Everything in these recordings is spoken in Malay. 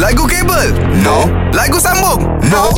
Lagu kabel? No. Lagu sambung? No.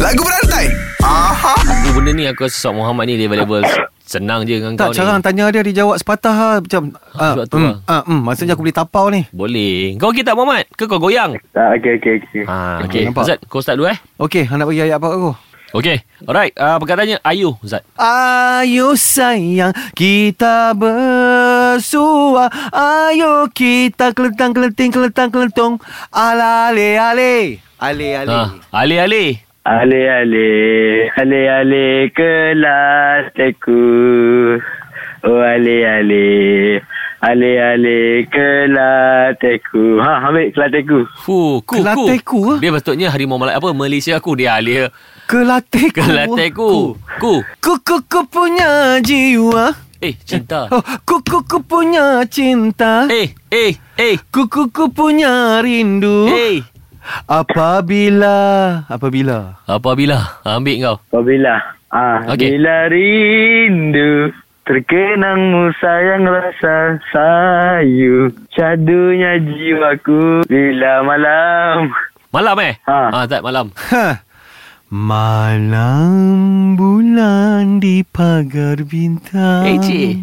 Lagu berantai? Aha. Aku benda ni aku rasa Sok Muhammad ni dia level senang je dengan Tak, kau cara ni. hang tanya dia, dia jawab sepatah lah. Macam, ah, sebab tu mm, lah. ah, mm, maksudnya aku boleh tapau ni. Boleh. Kau okey tak Muhammad? Ke kau goyang? Ah, okay, okay, okay. Ha, Okey, okey. nampak. Zat, kau start dulu eh. Okey, hang nak bagi ayat apa aku? Okey. Alright, uh, perkataannya ayu Zat. Ayo sayang kita bersua Ayo kita keletang keleting keletang kelentung Ala ale ale Ale ale Ha, Ali Ali. Alih-alih, alih-alih kelas teku. Oh, alih-alih, alih-alih kelas teku. Ha, ambil kelas teku. Fu, ku, Kelate ku. ku ha? ke? Dia patutnya harimau Malaya apa Malaysia aku dia Ali. Kelate ku Kelate ku. Ku. Ku ku ku punya jiwa Eh, cinta. Oh ku ku ku punya cinta Eh, eh, eh. Ku ku ku punya rindu Eh. Apabila Apabila Apabila ambil kau. Apabila, ah, Okey. bila rindu. Terkenangmu sayang rasa sayu Cadunya jiwaku Bila malam Malam eh? Ha. ha Zat malam. Ha. Malam bulan di pagar bintang. Eh, cik.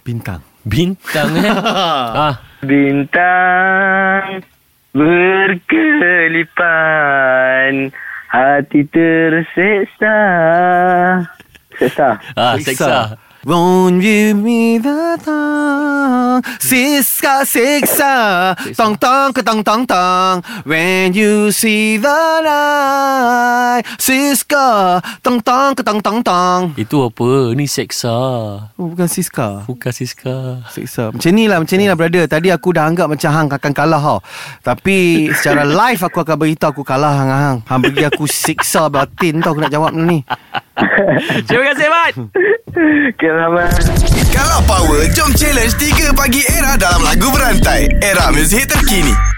Bintang. Bintang eh. ha. Bintang berkelipan Hati terseksa Seksa Ha, seksa. Won't you be datang Siska siksa Tang tang ke tang tang tang When you see the light Siska Tang tang ke tang tang tang Itu apa? Ni ah. seksa. Oh bukan Siska Bukan siska. Seksa Macam ni lah Macam ni lah brother Tadi aku dah anggap macam Hang akan kalah tau Tapi secara live aku akan beritahu Aku kalah hang Hang Hang bagi aku siksa batin tau Aku nak jawab benda ni Terima kasih, Mat. Kenapa? Kalau power, jom challenge 3 pagi era dalam lagu berantai. Era muzik terkini.